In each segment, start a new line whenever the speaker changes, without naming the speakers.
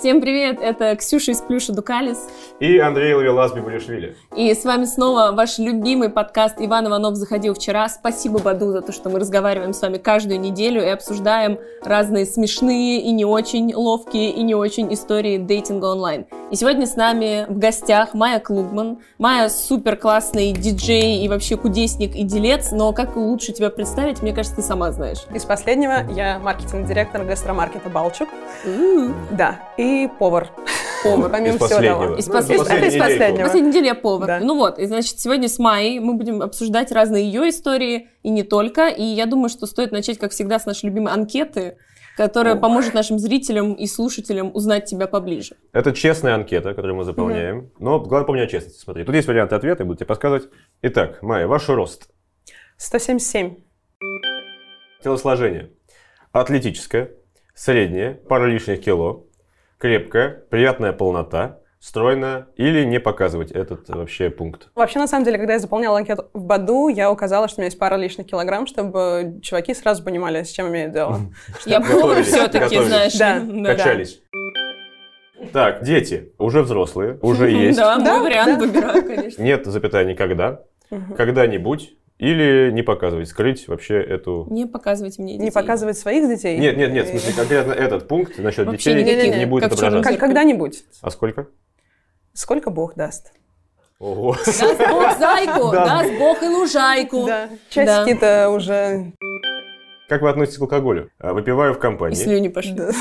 Всем привет, это Ксюша из Плюша Дукалис.
И Андрей Лавелас Бибулишвили.
И с вами снова ваш любимый подкаст «Иван Иванов заходил вчера». Спасибо, Баду, за то, что мы разговариваем с вами каждую неделю и обсуждаем разные смешные и не очень ловкие и не очень истории дейтинга онлайн. И сегодня с нами в гостях Майя Клугман. Майя супер классный диджей и вообще кудесник и делец, но как лучше тебя представить, мне кажется, ты сама знаешь.
Из последнего я маркетинг-директор гастромаркета «Балчук».
М,
Да, и повар.
Повар.
Помимо
Из
всего
последнего.
того.
Из
Ну,
последнего.
последней
Это из
недельки.
последнего.
Последняя неделя я повар.
Да.
Ну вот, и значит, сегодня с Майей мы будем обсуждать разные ее истории и не только. И я думаю, что стоит начать, как всегда, с нашей любимой анкеты, которая
Ох.
поможет нашим зрителям и слушателям узнать тебя поближе.
Это честная анкета, которую мы заполняем. Но главное помни о честности. Смотри, тут есть варианты ответа, я буду тебе подсказывать. Итак, Майя, ваш рост.
177.
Телосложение. Атлетическое, среднее, пара лишних кило, крепкое, приятная полнота, стройная или не показывать этот э, вообще пункт.
Вообще, на самом деле, когда я заполняла анкету в Баду, я указала, что у меня есть пара лишних килограмм, чтобы чуваки сразу понимали, с чем имеют дело.
Я повар
готовились,
все-таки,
готовились.
знаешь.
Да.
Ну да.
Качались. Так, дети. Уже взрослые, уже есть.
Да,
Да,
мой вариант
да.
выбираю, конечно.
Нет, запятая, никогда.
Мгм.
Когда-нибудь. Или не показывать, скрыть вообще эту...
Не показывайте мне детей.
Не показывать своих детей.
Нет, нет, нет, в
И-
смысле, конкретно этот пункт насчет
Вообще
детей
никаких,
не будет
как в черном
отображаться.
зеркале.
Как- Когда-нибудь.
А сколько?
Сколько Бог даст.
Ого.
Даст Бог зайку,
Да.
даст Бог и лужайку.
Да.
Да.
Часики-то уже...
Как вы относитесь к алкоголю? А, Выпиваю в
И
компании.
слюни пошли.
Да.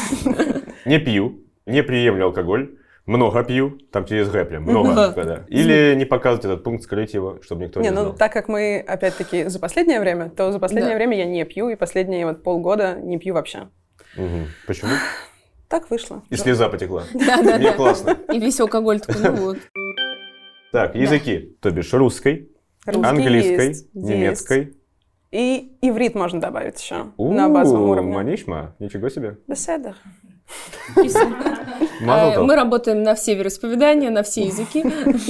Не пью, не приемлю алкоголь. Много пью, там через Г прям, много.
Мгм.
когда. Или не показывать этот пункт, скрыть его, чтобы никто не
Не, ну
знал.
так как мы, опять-таки, за последнее время, то за последнее
Да.
время я не пью, и последние вот полгода не пью вообще.
Мгм. Почему?
Так вышло.
И слеза потекла.
Да, да,
Мне
да.
классно.
И весь алкоголь такой, ну вот.
Так, языки, то бишь русской,
Русский
английской,
есть, есть.
немецкой.
И иврит можно добавить еще
У,
на базовом уровне.
Манишма, ничего себе.
Беседа.
И всё.
Мазал
Э,
тов.
Мы работаем на все вероисповедания, на все языки.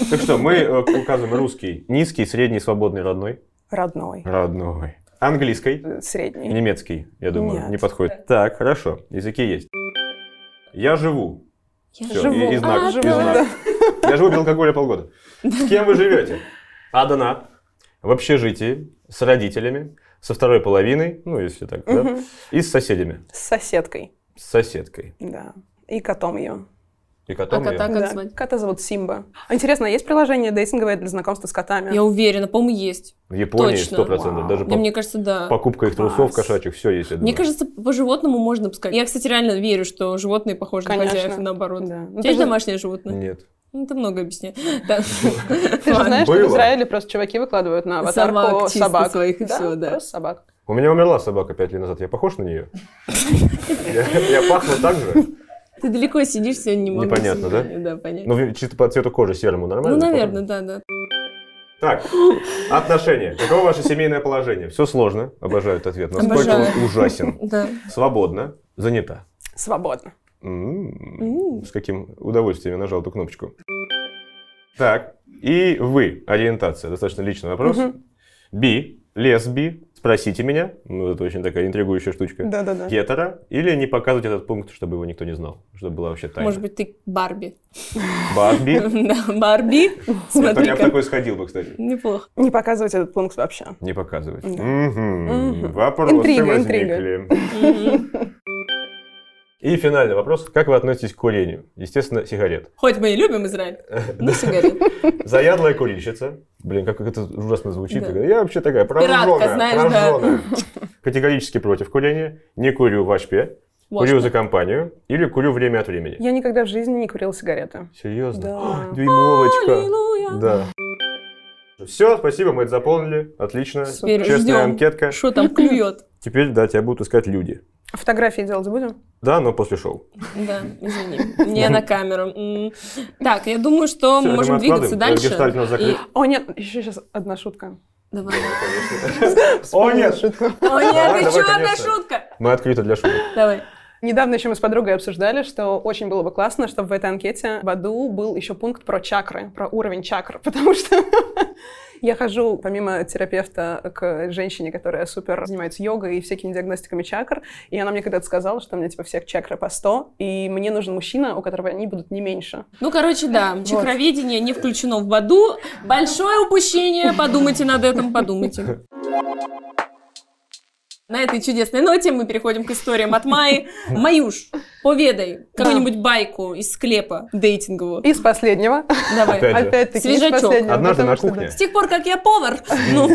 Так что, мы э, указываем русский, низкий, средний, свободный, родной.
Родной.
Родной. Английский,
Э, Средний.
немецкий, я думаю,
Нет.
не подходит. Так, хорошо, языки есть. Я живу.
Я
Всё,
живу.
и- и знак,
А,
и
да.
знак. Я живу без алкоголя полгода. С кем вы живете? Одна. В общежитии, с родителями, со второй половиной, ну, если так, да,
Мгм.
и с соседями,
С соседкой.
с соседкой.
Да. И котом ее.
И котом
А
я-
кота как
Да.
звать?
Кота зовут Симба. А Интересно, есть приложение дейтинговое для знакомства с котами?
Я уверена, по-моему, есть.
В Японии
Точно.
100%,
Вау.
даже
Да,
по-
мне кажется, да.
покупка их трусов
Класс.
кошачьих, все есть, я
Мне
думаю.
кажется, по животному можно пускать. Я, кстати, реально верю, что животные похожи на
Конечно.
хозяев, и наоборот.
Да.
У
Ну,
тебя
ты,
есть
же,
домашнее животное?
Нет.
Ну, ты много объясняешь. Да.
ты же
Ладно.
знаешь,
Было.
что в Израиле просто чуваки выкладывают на аватарку
Собак, чисто
собак.
своих и всё, да.
Просто собак.
У меня умерла собака пять лет назад. Я похож на нее? Я я пахну так же?
Ты далеко сидишь, сегодня не могу.
Непонятно, да?
сегодня. Да, понятно.
Ну, ви- чисто по цвету кожи серому нормально?
Ну, наверное, да, да.
Так, отношения. Каково ваше семейное положение? Все сложно. Обожаю этот ответ. Насколько
Обожаю.
он ужасен.
Да.
Свободно. Занята.
Свободно.
М,
М.
С каким удовольствием я нажал эту кнопочку. Так, и вы. Ориентация. Достаточно личный вопрос.
Мгм.
Би. Лесби. Спросите меня. Ну, это очень такая интригующая штучка.
Да-да-да.
гетера или не показывать этот пункт, чтобы его никто не знал, чтобы была вообще тайна.
Может быть, ты Барби.
Барби.
Да, Барби.
Я бы- я бы
Смотри-ка.
такой сходил бы, кстати.
Неплохо.
Не показывать этот пункт вообще.
Не показывать.
Да.
Мгм.
Мгм.
Вопросы
Интрига,
возникли.
Мгм.
И финальный вопрос. Как вы относитесь к курению? Естественно, сигарет.
Хоть мы и любим Израиль, но сигареты.
Заядлая курильщица. Блин, как это ужасно звучит.
Да.
Такая, Я вообще такая
Пиратка,
прожженная.
знаешь, да.
прожженная». Категорически против курения. Не курю в очпе.
Вот
Курю
что.
за компанию. Или курю время от времени.
Я никогда в жизни не курила сигареты.
Серьезно?
Да.
Дюймовочка.
Аллилуйя.
Да. Все, спасибо, мы это заполнили. Отлично.
Теперь
Честная
ждем.
анкетка.
Что там клюет?
Теперь, да, тебя будут искать люди.
Фотографии делать будем?
Да, но после шоу.
Да, извини, не на камеру. М. Так, я думаю, что мы
Всё, это
можем
мы
двигаться
откладываем.
дальше.
Гештальт у нас закрыт.
И-
О, нет, еще сейчас одна шутка.
Давай.
О, нет!
О,
Давай,
нет,
давай,
еще одна
конечно.
шутка.
Мы открыты для шоу.
Давай.
Недавно еще мы с подругой обсуждали, что очень было бы классно, чтобы в этой анкете в аду был еще пункт про чакры, про уровень чакр, потому что Я хожу, помимо терапевта, к женщине, которая супер занимается йогой и всякими диагностиками чакр. И она мне когда-то сказала, что у меня типа всех чакры по 100, и мне нужен мужчина, у которого они будут не меньше.
Ну, короче, да, чакроведение не включено в Баду. Большое упущение, подумайте над этим, подумайте. На этой чудесной ноте мы переходим к историям от Майи. Маюш, поведай какую-нибудь байку из склепа дейтингового.
Из последнего.
Давай.
Опять же.
Опять-таки, из
Свежачок.
последнего.
Однажды
потому
на
что, да.
кухне.
С тех пор, как я повар, ну,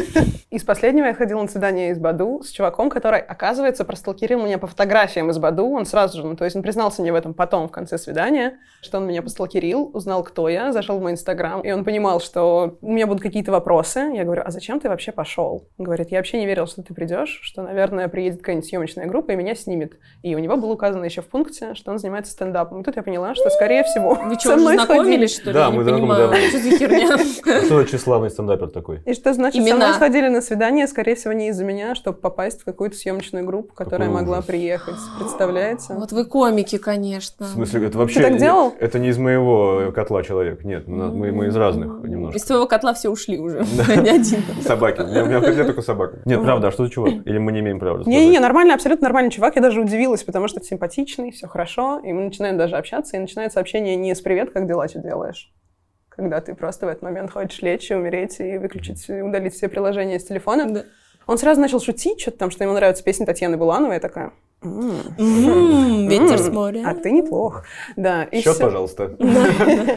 Из последнего я ходила на свидание из Баду с чуваком, который, оказывается, просталкерил меня по фотографиям из Баду. Он сразу же, ну, то есть он признался мне в этом потом, в конце свидания, что он меня посталкерил, узнал, кто я, зашел в мой инстаграм, и он понимал, что у меня будут какие-то вопросы. Я говорю, а зачем ты вообще пошел? Он говорит, я вообще не верил, что ты придешь, что, наверное, приедет какая-нибудь съемочная группа и меня снимет. И у него было указано еще в пункте, что он занимается стендапом. И тут я поняла, что, скорее всего,
вы
со
что, уже
мной сходили.
знакомились, что ли?
Да,
Я не
мы знакомы,
понимаю,
да.
что за херня?
Что очень славный стендапер такой.
И что значит, со
Имена.
мной сходили на свидание, скорее всего, не из-за меня, чтобы попасть в какую-то съемочную группу, которая
Какой
могла
ужас.
приехать. Представляете?
Вот вы комики,
В
конечно.
смысле, это вообще...
так
не-
делал?
Это не из моего котла человек. Нет, ну, мы, мы из разных немножко.
Из твоего котла все ушли уже, а не один.
Собаки. У меня у меня в котле только собака. Нет, правда, а что за чувак? Или мы не имеем права рассказать?
Не-не-не, нормальный, абсолютно нормальный чувак. Я даже удивилась, потому что симпатичный, все хорошо. И мы начинаем даже общаться, и начинается общение не с «Привет, как дела, что делаешь?» Когда ты просто в этот момент хочешь лечь и умереть, и выключить, и удалить все приложения с телефона.
Да.
Он сразу начал шутить что-то там, что ему нравятся песни Татьяны Булановой. Я такая, «М,
М, Ветер с
м,
моря.
а ты неплох. Да,
ну,
и
Счет,
всё.
пожалуйста.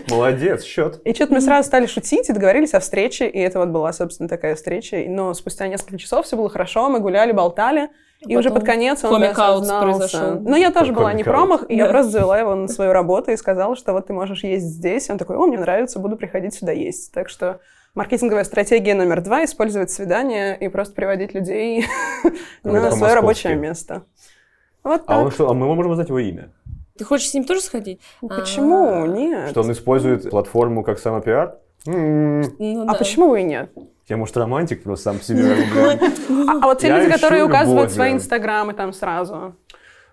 Молодец, счет.
И что-то мы сразу стали шутить и договорились о встрече, и это вот была, собственно, такая встреча. И- Но спустя несколько часов все было хорошо, мы гуляли, болтали, и
А
уже
потом
под конец он
комик-аут
осознался.
произошел.
Но я тоже была не
Комик-аут.
промах, и я
Да.
просто завела его на свою работу и сказала, что вот ты можешь есть здесь. Он такой, о, мне нравится, буду приходить сюда есть. Так что маркетинговая стратегия номер два — использовать свидания и просто приводить людей на
Это
свое
московский.
рабочее место. Вот
А он
так.
что? А мы можем узнать его имя?
Ты хочешь с ним тоже сходить?
Почему?
А,
Нет.
Что он использует платформу как самопиар? М,
Ну
А
да.
почему бы и нет?
Я, может, романтик просто сам по себе.
А, а вот те
Я
люди,
ищу
которые указывают
любовь,
свои
да.
инстаграмы там сразу.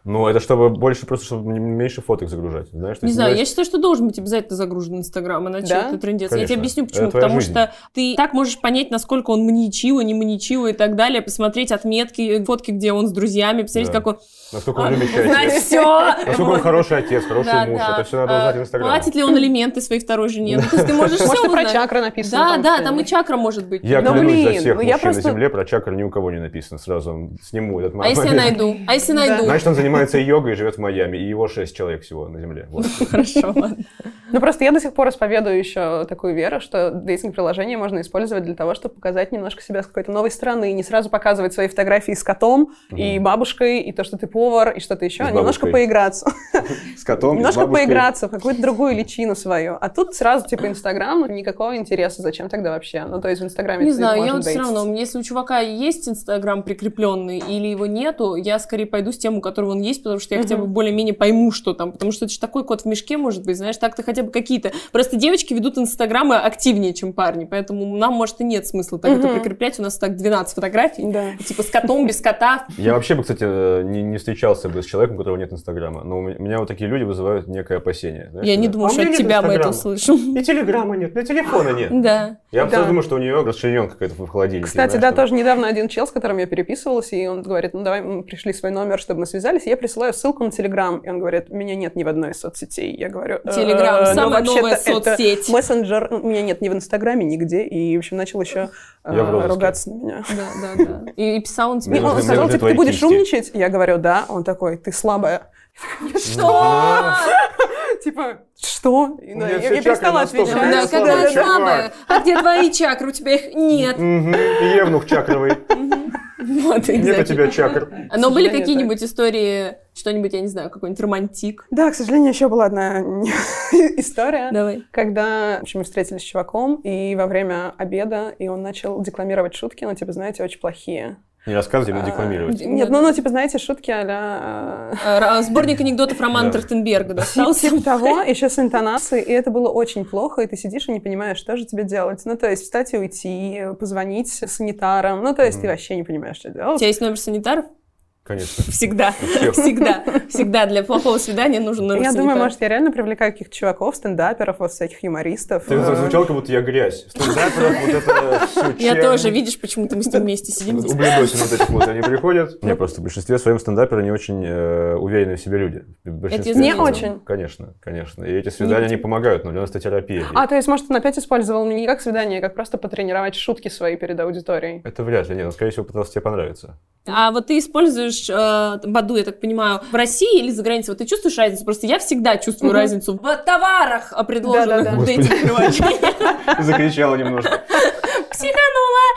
Ну, это чтобы больше, просто чтобы м- меньше фоток загружать. Знаешь, ты
Не знаю,
сидишь-
я считаю, что должен быть обязательно загружен Инстаграм, иначе
Да?
это трендец. Я тебе
Конечно.
объясню,
Это
почему.
твоя
Потому
жизнь.
что ты так можешь понять, насколько он маньячил, не маньячил и так далее, посмотреть отметки, фотки, где он с друзьями, посмотреть,
Да.
как он...
Насколько
А,
он любит
Знать
счастье. Насколько он
все!
А хороший отец, хороший муж. Это все надо узнать в Инстаграме.
А, Платит ли он алименты своей второй жене? Ну, то есть ты можешь
Может,
все
и про
узнать.
чакры написано.
Да, да,
что-нибудь.
там и чакра может быть.
Я
Ну,
клянусь за
блин,
всех
ну я
мужчин
просто-
на земле, про чакр ни у кого не написано. Сразу сниму этот
А если я
момент.
найду? А если
Да.
найду?
Значит, он занимается йогой и живет в Майами, и его шесть человек всего на земле. Вот.
Хорошо, ладно.
Ну просто я до сих пор исповедую еще такую веру, что дейтинг-приложение можно использовать для того, чтобы показать немножко себя с какой-то новой стороны, и не сразу показывать свои фотографии с котом и бабушкой, и то, что ты повар, и что-то еще,
С
а немножко
бабушкой.
поиграться.
С котом, с
Немножко
бабушкой.
поиграться в какую-то другую личину свою. А тут сразу типа Инстаграм, никакого интереса, зачем тогда вообще? Ну то есть в Инстаграме
Не
ты
знаю, я
можно
вот все
дейтиться.
равно, у меня, если у чувака есть Инстаграм прикрепленный или его нету, я скорее пойду с тем, у которого он есть, потому что я хотя бы
Мгм.
более-менее пойму, что там, потому что это же такой кот в мешке, может быть, знаешь, так-то хотя бы какие-то. Просто девочки ведут Инстаграмы активнее, чем парни, поэтому нам, может, и нет смысла так это
Мгм.
прикреплять, у нас так 12 фотографий,
Да.
типа с котом, без кота.
Я вообще бы, кстати, э, не, не встречался бы с человеком, у которого нет Инстаграма. Но у меня, у меня вот такие люди вызывают некое опасение. знаешь,
Я не
когда-
думаю,
«А у
что от
меня нет
тебя мы это
Инстаграма».
услышим.
И телеграмма нет, и телефона нет.
Да.
Я
Да.
просто думаю, что у нее расширен какой-то в холодильнике.
Кстати,
знаешь,
да,
там.
тоже недавно один чел, с которым я переписывалась, и он говорит, ну давай, мы пришли свой номер, чтобы мы связались, и я присылаю ссылку на Телеграм, и он говорит, меня нет ни в одной из соцсетей. Я говорю, «Э,
Телеграм,
ну,
самая
вообще-то
новая
это
соцсеть.
Мессенджер, Ну, меня нет ни в Инстаграме, нигде, и, в общем, начал еще э,
Я в розыске.
ругаться на меня.
Да, да, да. И, и писал он тебе.
Мне
И он
нужны-
сказал,
мне нужны
типа, ты
твои
будешь
кисти».
умничать? Я говорю, да. Он такой, ты слабая.
Ну.
Что?
Типа, что? И,
У
да,
меня
я,
все
я
чакры
перестала
настолько
отвечать.
Да,
Какая
какая
слабая, чувак.
слабая. А где твои чакры? У тебя их нет.
Мгм, и Евнух чакровый.
Вот,
Нет у
exactly.
тебя чакр.
А, Но были
сожалению,
какие-нибудь истории, что-нибудь, я не знаю, какой-нибудь романтик?
Да, к сожалению, еще была одна история.
Давай.
Когда, в общем, мы встретились с чуваком, и во время обеда, и он начал декламировать шутки, ну, типа, знаете, очень плохие.
Не рассказывай,
А,
мне декламировать.
Нет, ну, ну, типа, знаете, шутки а-ля... э,
А, ра- Сборник анекдотов Романа
Да.
Трахтенберга
типа
достался.
того, еще с интонацией, и это было очень плохо, и ты сидишь и не понимаешь, что же тебе делать. Ну, то есть встать и уйти, позвонить санитарам, ну, то есть ты
Мгм.
вообще не понимаешь, что
У
делать.
тебя есть номер санитаров?
Конечно.
Всегда,
Всё.
всегда, всегда для плохого свидания нужен
Я
нарушитель.
думаю, может, я реально привлекаю каких-то чуваков, стендаперов, вот всяких юмористов.
Ты
Э,
звучал, как будто я грязь. Стендаперов вот это всё
Я
чернь.
тоже, видишь, почему-то мы с ним вместе сидим. здесь.
Ублюдочные вот эти вот они приходят. Мне просто в большинстве своем стендаперы не очень э, уверенные в себе люди. В большинстве
Не
своём.
очень.
Конечно, конечно. И эти свидания не помогают, но для нас это терапия.
А, то есть, может, он опять использовал меня не как свидание, а как просто потренировать шутки свои перед аудиторией.
Это вряд ли, нет. Он, скорее всего, пытался тебе понравиться.
А вот ты используешь э, Баду, я так понимаю, в России или за границей? Вот ты чувствуешь разницу? Просто я всегда чувствую
Мгм.
разницу в э, предложенных
Да-да-да.
предложенных дейтинг-приложениях.
Закричала немножко.
Психану!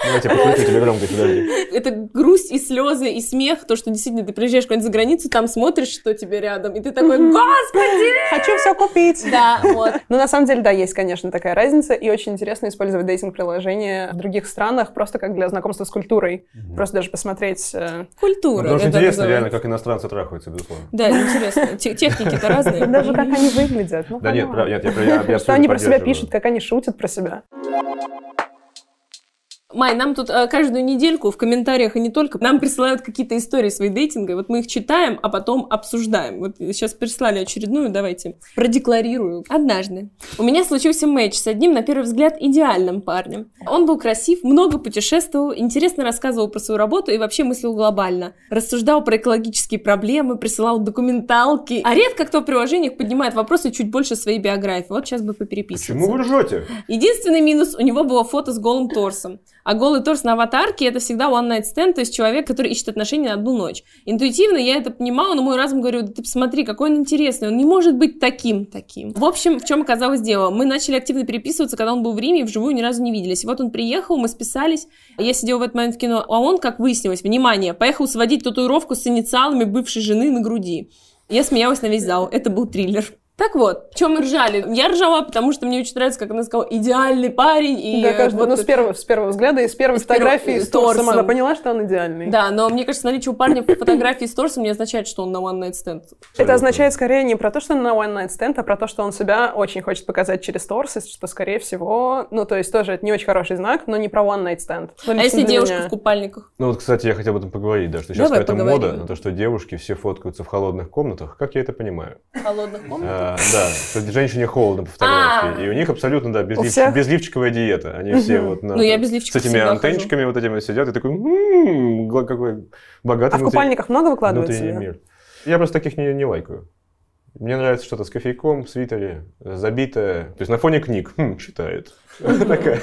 Давайте покрутим тебе громкость, подожди.
Это грусть и слезы и смех, то, что действительно ты приезжаешь куда-нибудь за границу, там смотришь, что тебе рядом, и ты такой,
Мгм.
господи!
Хочу все купить!
Да, вот.
Ну, на самом деле, да, есть, конечно, такая разница, и очень интересно использовать дейтинг-приложения в других странах просто как для знакомства с культурой. Просто даже посмотреть... э,
Ну,
Культура.
Потому что
это
интересно реально,
называется.
как иностранцы трахаются, безусловно.
Да, интересно. Те- Техники-то разные.
Даже как они выглядят. Ну,
Да нет,
камон.
прав- нет, я, про- я- я
Что
абсолютно
они про себя
поддерживаю.
пишут, как они шутят про себя.
Май, нам тут э, каждую недельку в комментариях и не только, нам присылают какие-то истории свои дейтинга, вот мы их читаем, а потом обсуждаем. Вот сейчас прислали очередную, давайте продекларирую. Однажды у меня случился матч с одним, на первый взгляд, идеальным парнем. Он был красив, много путешествовал, интересно рассказывал про свою работу и вообще мыслил глобально. Рассуждал про экологические проблемы, присылал документалки. А редко кто в приложениях поднимает вопросы чуть больше своей биографии. Вот сейчас бы попереписываться.
Почему вы ржете?
Единственный минус, у него было фото с голым торсом. А голый торс на аватарке это всегда one night stand, то есть человек, который ищет отношения на одну ночь. Интуитивно я это понимала, но мой разум говорил, да ты посмотри, какой он интересный, он не может быть таким, таким. В общем, в чем оказалось дело? Мы начали активно переписываться, когда он был в Риме, и вживую ни разу не виделись. И Вот он приехал, мы списались, я сидела в этот момент в кино, а он, как выяснилось, внимание, поехал сводить татуировку с инициалами бывшей жены на груди. Я смеялась на весь зал, это был триллер. Так вот, чем мы ржали? Я ржала, потому что мне очень нравится, как она сказала, идеальный парень. И
да,
э,
каждый,
вот
ну, с первого, с первого взгляда и с первой
С первого-
фотографии
с
с торсом
торсом.
она поняла, что он идеальный.
Да, но мне кажется, наличие у парня фотографии с торсом не означает, что он на one night stand.
Это означает скорее не про то, что он на one night stand, а про то, что он себя очень хочет показать через торс, и что, скорее всего, ну, то есть тоже это не очень хороший знак, но не про one night stand.
А
Ну, лично
если
для
девушка
меня.
в купальниках?
Ну вот, кстати, я хотел об этом поговорить, да, что сейчас
Давай
какая-то
поговорим.
мода на то, что девушки все фоткаются в холодных комнатах, как я это понимаю.
В холодных комнатах?
А, да, что женщине холодно по фотографии,
А.
и у них абсолютно, да,
У
безлив-
всех?
безлифчиковая диета. Они все вот на-
Ну, я
там
без лифчика
с этими
всегда
антенчиками вот этими сидят, и такой, «М, гла- какой богатый
А в
внутри-
купальниках много выкладывается?
внутренний
да?
мир. Я просто таких не, не лайкаю. Мне нравится что-то с кофейком, в свитере, забитое. То есть на фоне книг. Хм, читает. Такая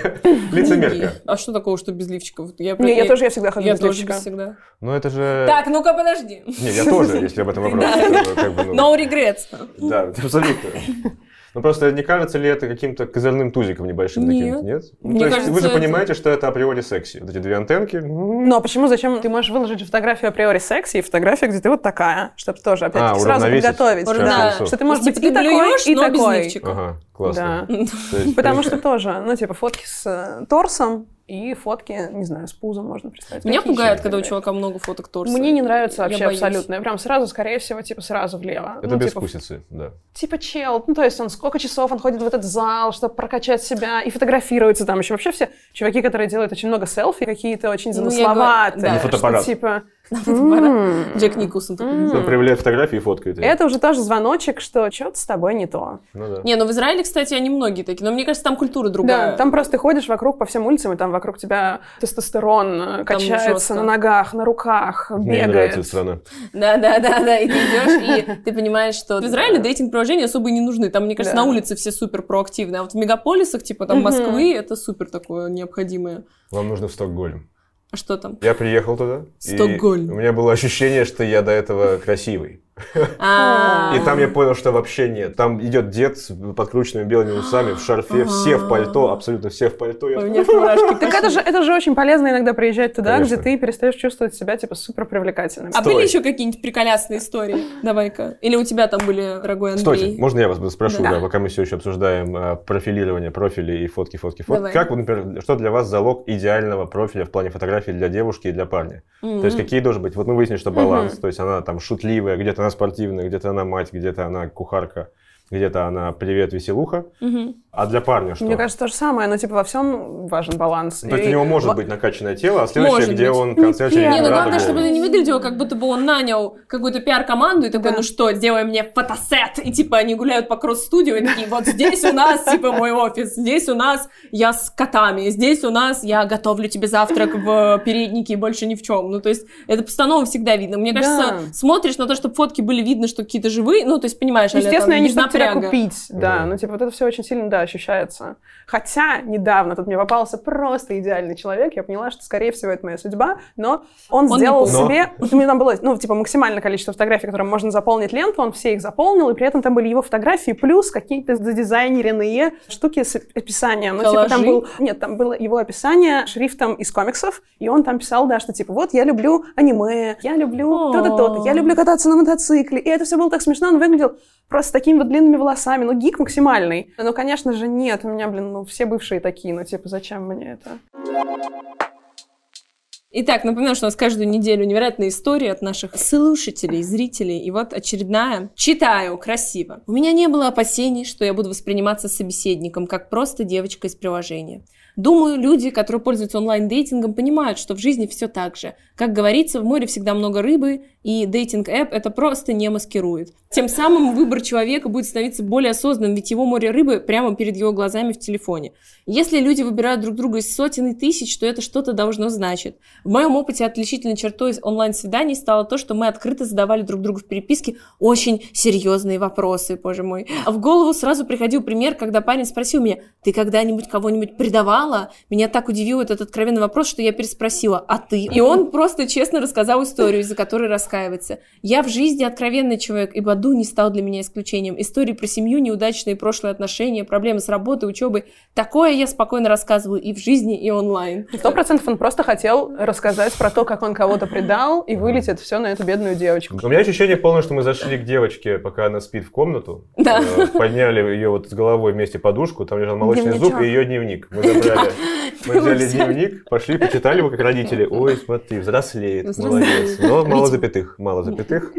лицемерка.
А что такого, что без лифчиков? Я,
Не, я тоже, я всегда хожу
я
без
тоже
лифчика.
без всегда.
Но это же...
Так, ну-ка, подожди.
Не, я тоже, если об этом вопрос.
Да.
как бы, как бы, ну,
No regrets.
Да, абсолютно. Ну просто не кажется ли это каким-то козырным тузиком небольшим
Нет.
таким? Нет? Ну,
Мне
то есть вы
кажется,
же
это-
понимаете, что это априори секси. Вот эти две антенки. м,
Ну а почему, зачем? Ты можешь выложить фотографию априори секси и фотографию, где ты вот такая, чтобы тоже, опять-таки, сразу
А, уравновесить.
подготовить.
Ура-
Да.
Да.
Что ты можешь
Типа,
быть
ты
и такой,
блюешь,
и
но без
такой.
лифчика.
Ага,
Да.
классно. То есть
Потому
при-
что тоже, ну, типа, фотки с э, торсом и фотки, не знаю, с пузом можно представить.
Меня
Какие
пугает,
еще
когда у
фотографии?
чувака много фоток торса.
Мне не нравится
Я
вообще
боюсь.
абсолютно. Я прям сразу, скорее всего, типа сразу влево.
Это
ну,
без
типа,
вкусицы, да.
типа чел, ну то есть он сколько часов он ходит в этот зал, чтобы прокачать себя и фотографируется там еще. Вообще все чуваки, которые делают очень много селфи, какие-то очень
Ну, я
замысловатые.
говорю, да. На
что
фотоаппарат.
типа,
фотоаппарат. Джек Николсон такой.
М.
Он проявляет фотографии и фоткает. её.
это уже тоже звоночек, что что-то с тобой не то.
Ну да.
Не, ну в Израиле, кстати, они многие такие, но мне кажется, там культура другая.
Да, там просто ты ходишь вокруг по всем улицам, и там вокруг тебя тестостерон э, качается
жестко.
на ногах, на руках,
Мне не нравится
бегает.
эта страна.
Да, да, да, да. И ты идешь, и ты понимаешь, что э, в Израиле дейтинг-приложения особо и не нужны. Там, мне кажется,
Да.
на улице все супер проактивны. А вот в мегаполисах, типа там
Мгм.
Москвы, это супер такое необходимое.
Вам нужно в Стокгольм.
А что там?
Я приехал туда. и
Стокгольм.
У меня было ощущение, что я до этого красивый.
А.
И там я понял, что вообще нет. Там идет дед с подкрученными белыми усами, в шарфе, все в пальто, абсолютно все в пальто. Я
А. У меня аж мурашки
Так это
пошли.
же, это же очень полезно иногда приезжать туда,
Конечно.
где ты перестаешь чувствовать себя типа супер привлекательным.
А
Стой.
были еще какие-нибудь приколясные истории? Давай-ка. Или у тебя там были, дорогой
Стойте,
Андрей?
можно я вас спрошу,
Да.
да, пока мы все еще обсуждаем а, профилирование профилей и фотки, фотки, фотки.
Давай.
Как, вот, например, что для вас залог идеального профиля в плане фотографий для девушки и для парня?
М.
То есть какие должны быть? Вот мы выяснили, что баланс,
Мгм.
то есть она там шутливая, где-то она спортивная, где-то она мать, где-то она кухарка, где-то она привет, веселуха.
Мгм.
А для парня что?
Мне кажется, то же самое, но типа во всем важен баланс.
То есть
И
у него может
во-
быть накачанное тело, а следующее,
Может
где
быть.
он концерт через
Не, ну
Ленинграда
главное,
голый.
чтобы это не выглядело, как будто бы он нанял какую-то пиар-команду и такой, ну что, сделай мне фотосет. И типа они гуляют по кросс-студию и такие, вот здесь у нас типа мой офис, здесь у нас я с котами, здесь у нас я готовлю тебе завтрак в переднике и больше ни в чем. Ну то есть это постанова всегда видно. Мне кажется,
Да.
смотришь на то, чтобы фотки были видно, что какие-то живые, ну то есть понимаешь, а-ля там
Естественно, я не
без
знаю, тебя
напряга.
купить, да.
Мгм.
Ну, типа, вот это все очень сильно, да, ощущается. Хотя недавно тут мне попался просто идеальный человек, я поняла, что, скорее всего, это моя судьба, но он,
Он
сделал
не
помнит.
себе... Вот у меня там было, ну, типа, максимальное количество фотографий, которым можно заполнить ленту, он все их заполнил, и при этом там были его фотографии, плюс какие-то задизайнеренные штуки с описанием. Ну, типа, там
Коллажи?
был... Нет, там было его описание шрифтом из комиксов, и он там писал, да, что, типа, вот, я люблю аниме, я люблю то-то, то-то, Ну, я
О.
люблю кататься на мотоцикле. И это все было так смешно, он выглядел просто с такими вот длинными волосами, ну, гик максимальный. Ну, конечно же, нет, у меня, блин, ну, все бывшие такие, ну, типа, зачем мне это?
Итак, напоминаю, что у нас каждую неделю невероятные истории от наших слушателей, зрителей. И вот очередная. Читаю красиво. У меня не было опасений, что я буду восприниматься собеседником, как просто девочка из приложения. Думаю, люди, которые пользуются онлайн-дейтингом, понимают, что в жизни все так же. Как говорится, в море всегда много рыбы, и дейтинг-эп это просто не маскирует. Тем самым выбор человека будет становиться более осознанным, ведь его море рыбы прямо перед его глазами в телефоне. Если люди выбирают друг друга из сотен и тысяч, то это что-то должно значить. В моем опыте отличительной чертой онлайн-свиданий стало то, что мы открыто задавали друг другу в переписке очень серьезные вопросы, боже мой. А в голову сразу приходил пример, когда парень спросил меня, ты когда-нибудь кого-нибудь предавала? Меня так удивил этот откровенный вопрос, что я переспросила, а ты? И он просто честно рассказал историю, из-за которой раскаивается. Я в жизни откровенный человек, и Баду не стал для меня исключением. Истории про семью, неудачные прошлые отношения, проблемы с работой, учебой. Такое я спокойно рассказываю и в жизни, и онлайн.
Сто процентов он просто хотел рассказать про то, как он кого-то предал, и вылетит все на эту бедную девочку.
У меня ощущение полное, что мы зашли к девочке, пока она спит в комнату.
Да.
Э, Подняли ее вот с головой вместе подушку, там лежал молочный
Дневничок.
зуб и ее дневник. Мы забрали, мы
Мы
взяли
взяли.
дневник, пошли, почитали его как родители. Ой, смотри, взрослеет, молодец.
Взрослеет.
Но мало
Видимо.
запятых, мало запятых.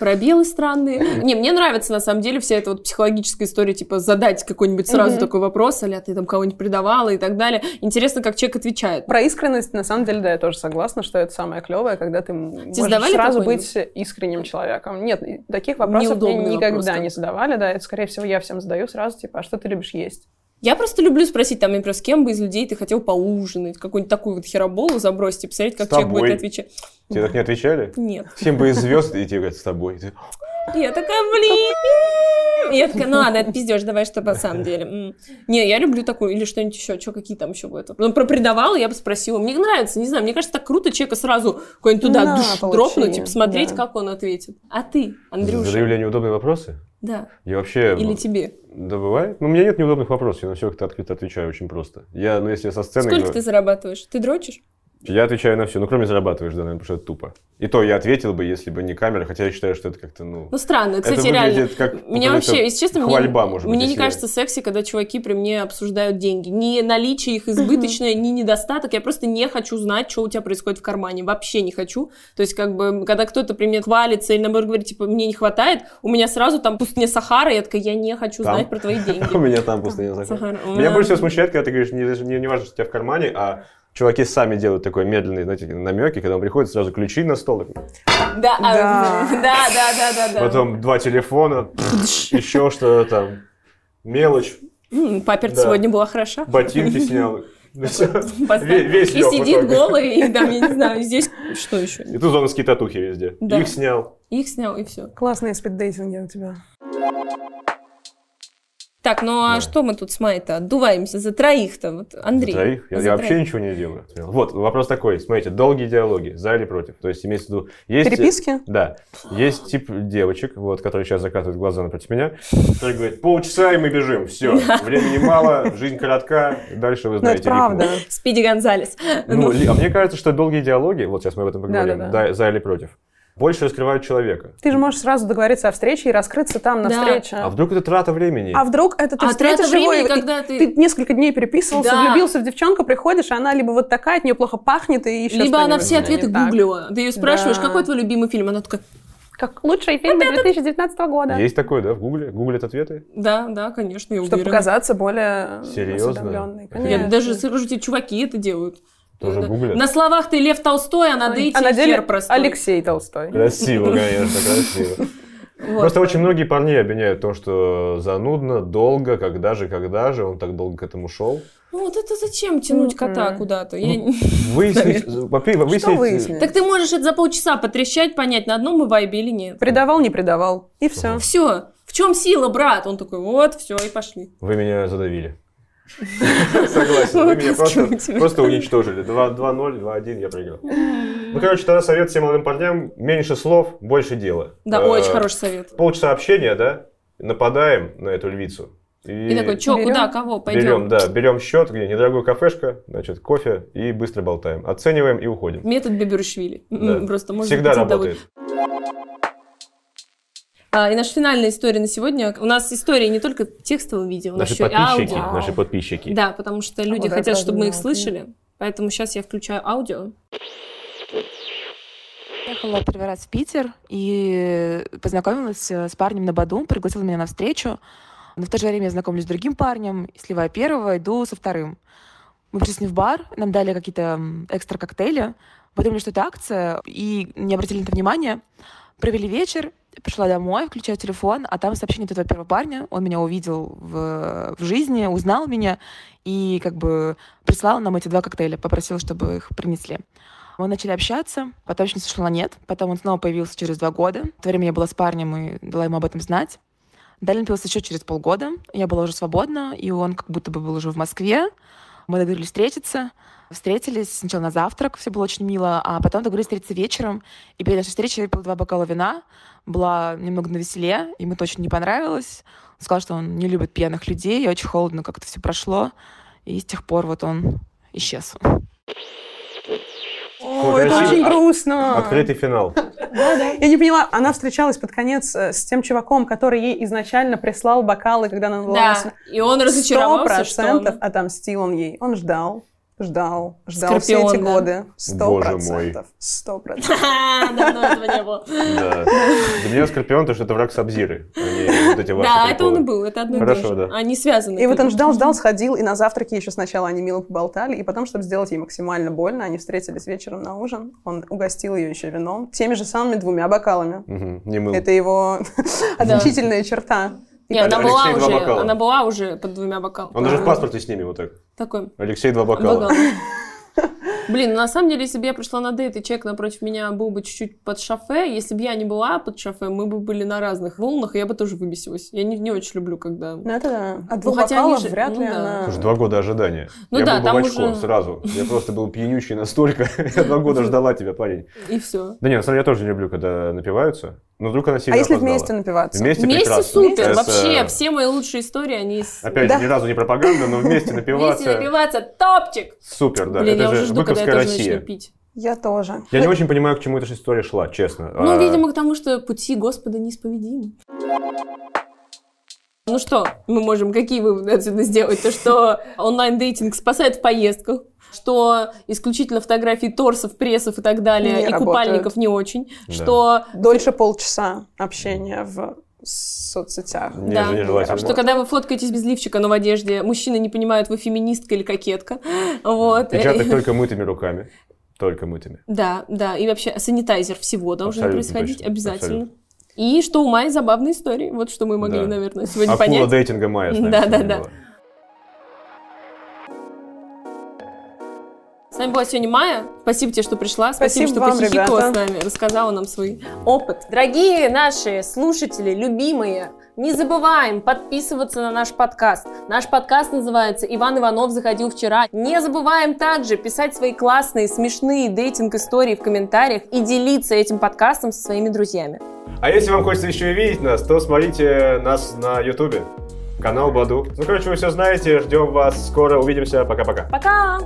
пробелы странные. Не, мне нравится, на самом деле, вся эта вот психологическая история, типа, задать какой-нибудь сразу
Мгм.
такой вопрос, а ты там кого-нибудь предавала и так далее. Интересно, как человек отвечает.
Про искренность, на самом деле, да, я тоже согласна, что это самое клевое, когда ты можешь
задавали
сразу
какой-нибудь?
быть искренним человеком. Нет, и таких вопросов
Неудобный
мне никогда
вопрос, да.
не задавали, да, это, скорее всего, я всем задаю сразу, типа, а что ты любишь есть?
Я просто люблю спросить, там, например, с кем бы из людей ты хотел поужинать, какую-нибудь такую вот хероболу забросить и посмотреть, как
С
человек
тобой.
будет отвечать.
Тебе так не отвечали?
Нет.
Всем бы из звезд, и тебе говорят, с тобой. Ты,
И Я такая, блин. И я такая, ну ладно, это пиздешь, давай что на самом деле. М. Не, я люблю такую, или что-нибудь еще, что какие там еще будут. Ну, про предавала я бы спросила. Мне нравится, не знаю, мне кажется, так круто человека сразу куда-нибудь туда
На,
душ
получи,
дропнуть и посмотреть,
да.
как он ответит. А ты, Андрюша?
Задаю ли я неудобные вопросы?
Да.
Я вообще...
Или тебе?
Да бывает. Ну, у меня нет неудобных вопросов, я на все как-то открыто отвечаю очень просто. Я, ну, если я со сцены...
Сколько
говорю-
ты зарабатываешь? Ты дрочишь?
Я отвечаю на все, ну кроме зарабатываешь, да, наверное, потому что это тупо. И то я ответил бы, если бы не камера, хотя я считаю, что это как-то, ну...
Ну, странно, кстати,
это
реально.
выглядит как
Меня
какой-то
вообще, если честно, мне,
хвальба, может быть,
мне не
если-
кажется секси, когда чуваки при мне обсуждают деньги. Ни наличие их избыточное, ни недостаток. Я просто не хочу знать, что у тебя происходит в кармане. Вообще не хочу. То есть, как бы, когда кто-то при мне хвалится или, наоборот, говорит, типа, мне не хватает, у меня сразу там пустыня Сахара, я такая, я не хочу
Там.
знать про твои деньги.
У меня там просто не знаю.
Сахара.
Меня больше всего смущает, когда ты говоришь, не, даже не, не важно, что у тебя в кармане, а чуваки сами делают такой медленный, знаете, намеки, когда он приходит, сразу ключи на стол, так,
Да, а,
Да.
да, да, да, да, да.
потом два телефона, еще что-то там, мелочь,
М, Папер
Да.
сегодня была хороша.
ботинки снял. Ну, всё.
Поставь.
Ве- Весь
И
лёг в
сидит
итоге.
голый, и там, я не знаю, здесь что еще?
И тут зоновские татухи везде.
Да.
Их снял.
Их снял, и все.
Классные спиддейтинги у тебя.
Так, ну а
Да.
что мы тут с Майей-то отдуваемся? За троих-то, вот, Андрей.
За троих? Я,
За
я вообще
троих.
ничего не делаю. Вот, вопрос такой. Смотрите, долгие диалоги, за или против. То есть имеется в виду... Есть, э,
Переписки?
Да. Есть тип девочек, вот, которые сейчас закатывают глаза напротив меня, которые говорят, полчаса и мы бежим, все, времени мало, жизнь коротка, дальше вы
Ну, это
знаете
правда.
рифму».
Спиди Гонзалес.
Ну, ли- а мне кажется, что долгие диалоги, вот сейчас мы об этом поговорим,
Да-да-да.
да, за или против, больше раскрывают человека.
Ты же можешь сразу договориться о встрече и раскрыться там на
Да.
встрече.
А вдруг это трата времени?
А вдруг это ты
А трата
встретишь его,
времени,
и
когда
ты...
ты-
несколько дней переписывался,
Да.
влюбился в девчонку, приходишь, а она либо вот такая, от нее плохо пахнет, и еще
Либо она все
что-нибудь.
ответы
Не так.
гуглила. Ты ее спрашиваешь,
Да.
какой твой любимый фильм? Она такая,
Как лучшие фильмы 2019 года.
Есть такое, да, в Гугле? Гуглят ответы?
Да, да, конечно, я
Чтобы
уверена.
показаться более
Серьезно?
осведомленной,
Офигеть.
Я
конечно.
даже скажу тебе, чуваки это делают.
Тоже
Да.
гуглят?
На словах ты Лев Толстой, а на
Ой,
дейте
а на деле
хер простой.
Алексей Толстой.
Красиво, конечно, красиво.
Вот.
Просто очень многие парни обвиняют в том, что занудно, долго, когда же, когда же, он так долго к этому шел.
Ну вот это зачем тянуть кота
Мгм.
куда-то? Я
Ну,
не-
Выяснить, во-первых,
Что
выяснить,
выяснили?
Так ты можешь это за полчаса потрещать, понять, на одном мы вайбе или нет.
Предавал, не предавал. И все.
Все. В чем сила, брат? Он такой, вот, все, и пошли.
Вы меня задавили. Согласен, вы меня просто,
Чего тебе?
просто уничтожили. 2-0, 2-1, я проиграл. Ну, короче, тогда совет всем молодым парням. Меньше слов, больше дела.
Да,
Э,
очень хороший совет.
Полчаса общения, да, нападаем на эту львицу.
И такой, че,
берем,
куда, кого, пойдем.
Берем, да, берем счет, где недорогой кафешка, значит, кофе и быстро болтаем. Оцениваем и уходим.
Метод Бебершвили.
Да.
М, Просто можно
Всегда
быть довольным.
работает.
А, и наша финальная история на сегодня. У нас история не только в текстовом виде, у нас
Наши
еще и
подписчики,
аудио.
Вау.
наши подписчики.
Да, потому что люди
да,
хотят,
правда,
чтобы мы их
да.
слышали. Поэтому сейчас я включаю аудио.
Приехала первый раз в Питер и познакомилась э, с парнем на Баду, пригласил меня на встречу. Но в то же время я знакомлюсь с другим парнем, сливая первого, иду со вторым. Мы пришли в бар, нам дали какие-то м, экстра коктейли, подумали, что это акция, и не обратили на это внимания. Провели вечер, пришла домой, включаю телефон, а там сообщение от этого первого парня. Он меня увидел в, в жизни, узнал меня и как бы прислал нам эти два коктейля, попросил, чтобы их принесли. Мы начали общаться, потом очень сошло на нет, потом он снова появился через два года. В то время я была с парнем и дала ему об этом знать. Далее он появился еще через полгода, я была уже свободна, и он как будто бы был уже в Москве. Мы договорились встретиться, встретились сначала на завтрак, все было очень мило, а потом договорились встретиться вечером, и перед нашей встречей я выпила два бокала вина, была немного навеселе, ему это очень не понравилось. Он сказал, что он не любит пьяных людей, и очень холодно как-то все прошло, и с тех пор вот он исчез.
О,
Красиво.
это очень
От-
грустно.
Открытый финал.
Я не поняла, она встречалась под конец э, с тем чуваком, который ей изначально прислал бокалы, когда она была... на
Да.
свид-
И он
Сто
разочаровался, что он-
процентов отомстил он ей. Он ждал, ждал, ждал
Скорпион,
все эти
да.
годы. Сто
Боже мой.
процентов. Сто процентов.
Ха, Давно этого не было.
Да. Для меня Скорпион, то что это враг Сабзиры. а не вот эти ваши
Да, это
приколы.
он и был, это одно и то
Хорошо,
же.
да.
Они связаны.
И вот он
конечно.
ждал, ждал, сходил, и на завтраке еще сначала они мило поболтали, и потом, чтобы сделать ей максимально больно, они встретились вечером на ужин, он угостил ее еще вином, теми же самыми двумя бокалами.
Мгм, Не мыл.
Это его отличительная черта. И
Не, она
Алексей
была
два
уже,
бокала.
она была уже под двумя бокалами.
Он даже в паспорте с ними вот так.
Такой.
Алексей, два
бокал.
бокала.
Блин, ну на самом деле, если бы я пришла на дейт, и человек напротив меня был бы чуть-чуть под шофе, если бы я не была под шофе, мы бы были на разных волнах, и я бы тоже выбесилась. Я не, не очень люблю, когда...
Ну это да. От двух
хотя они
бокалов
же-
вряд
ну
ли
да.
она...
Слушай, два года ожидания.
Ну
я
да,
был бы в
там
очко
уже-
сразу. Я просто был пьянющий настолько. Я два года ждала тебя, парень.
И все.
Да нет, на самом деле я тоже не люблю, когда напиваются. Но вдруг она
А
сильно
если
опоздала.
вместе напиваться?
Вместе
Вместе
прекрасно.
супер,
Это-
вообще, все мои лучшие истории, они... с-
Опять
Да.
же, ни разу не пропаганда, но вместе напиваться.
Вместе напиваться, топчик!
Супер, да.
Блин,
это
я
же
уже жду, когда я
Быковская
тоже
Россия.
начну пить.
Я тоже.
Я не очень понимаю, к чему эта же история шла, честно.
Ну,
А,
видимо, к тому, что пути Господа неисповедимы. Ну что, мы можем какие выводы отсюда сделать? То, что онлайн-дейтинг спасает в поездках, что исключительно фотографии торсов, прессов и так далее,
Не
и
работают.
купальников не очень,
Да.
что,
Дольше полчаса общения в соцсетях.
Не,
да, А
нежелательно.
что когда вы фоткаетесь без лифчика, но в одежде, мужчины не понимают, вы феминистка или кокетка. Вот.
Печатать только мытыми руками. Только мытыми.
Да, да, и вообще санитайзер всего должен
Абсолютно
происходить
точно,
обязательно.
абсолютно.
И что у Майи забавные истории, вот что мы могли,
Да.
наверное, сегодня
Акула
понять.
А дейтинга Майя, знаешь,
Да, да,
сегодня
да.
была.
С нами была сегодня Майя. Спасибо тебе, что пришла. Спасибо,
Спасибо
что
вам,
похихикала
ребята.
с нами, рассказала нам свой опыт. Дорогие наши слушатели, любимые, не забываем подписываться на наш подкаст. Наш подкаст называется «Иван Иванов заходил вчера». Не забываем также писать свои классные, смешные дейтинг-истории в комментариях и делиться этим подкастом со своими друзьями.
А если вам хочется еще и видеть нас, то смотрите нас на Ютубе. Канал Баду. Ну, короче, вы все знаете. Ждем вас. Скоро увидимся. Пока-пока.
Пока!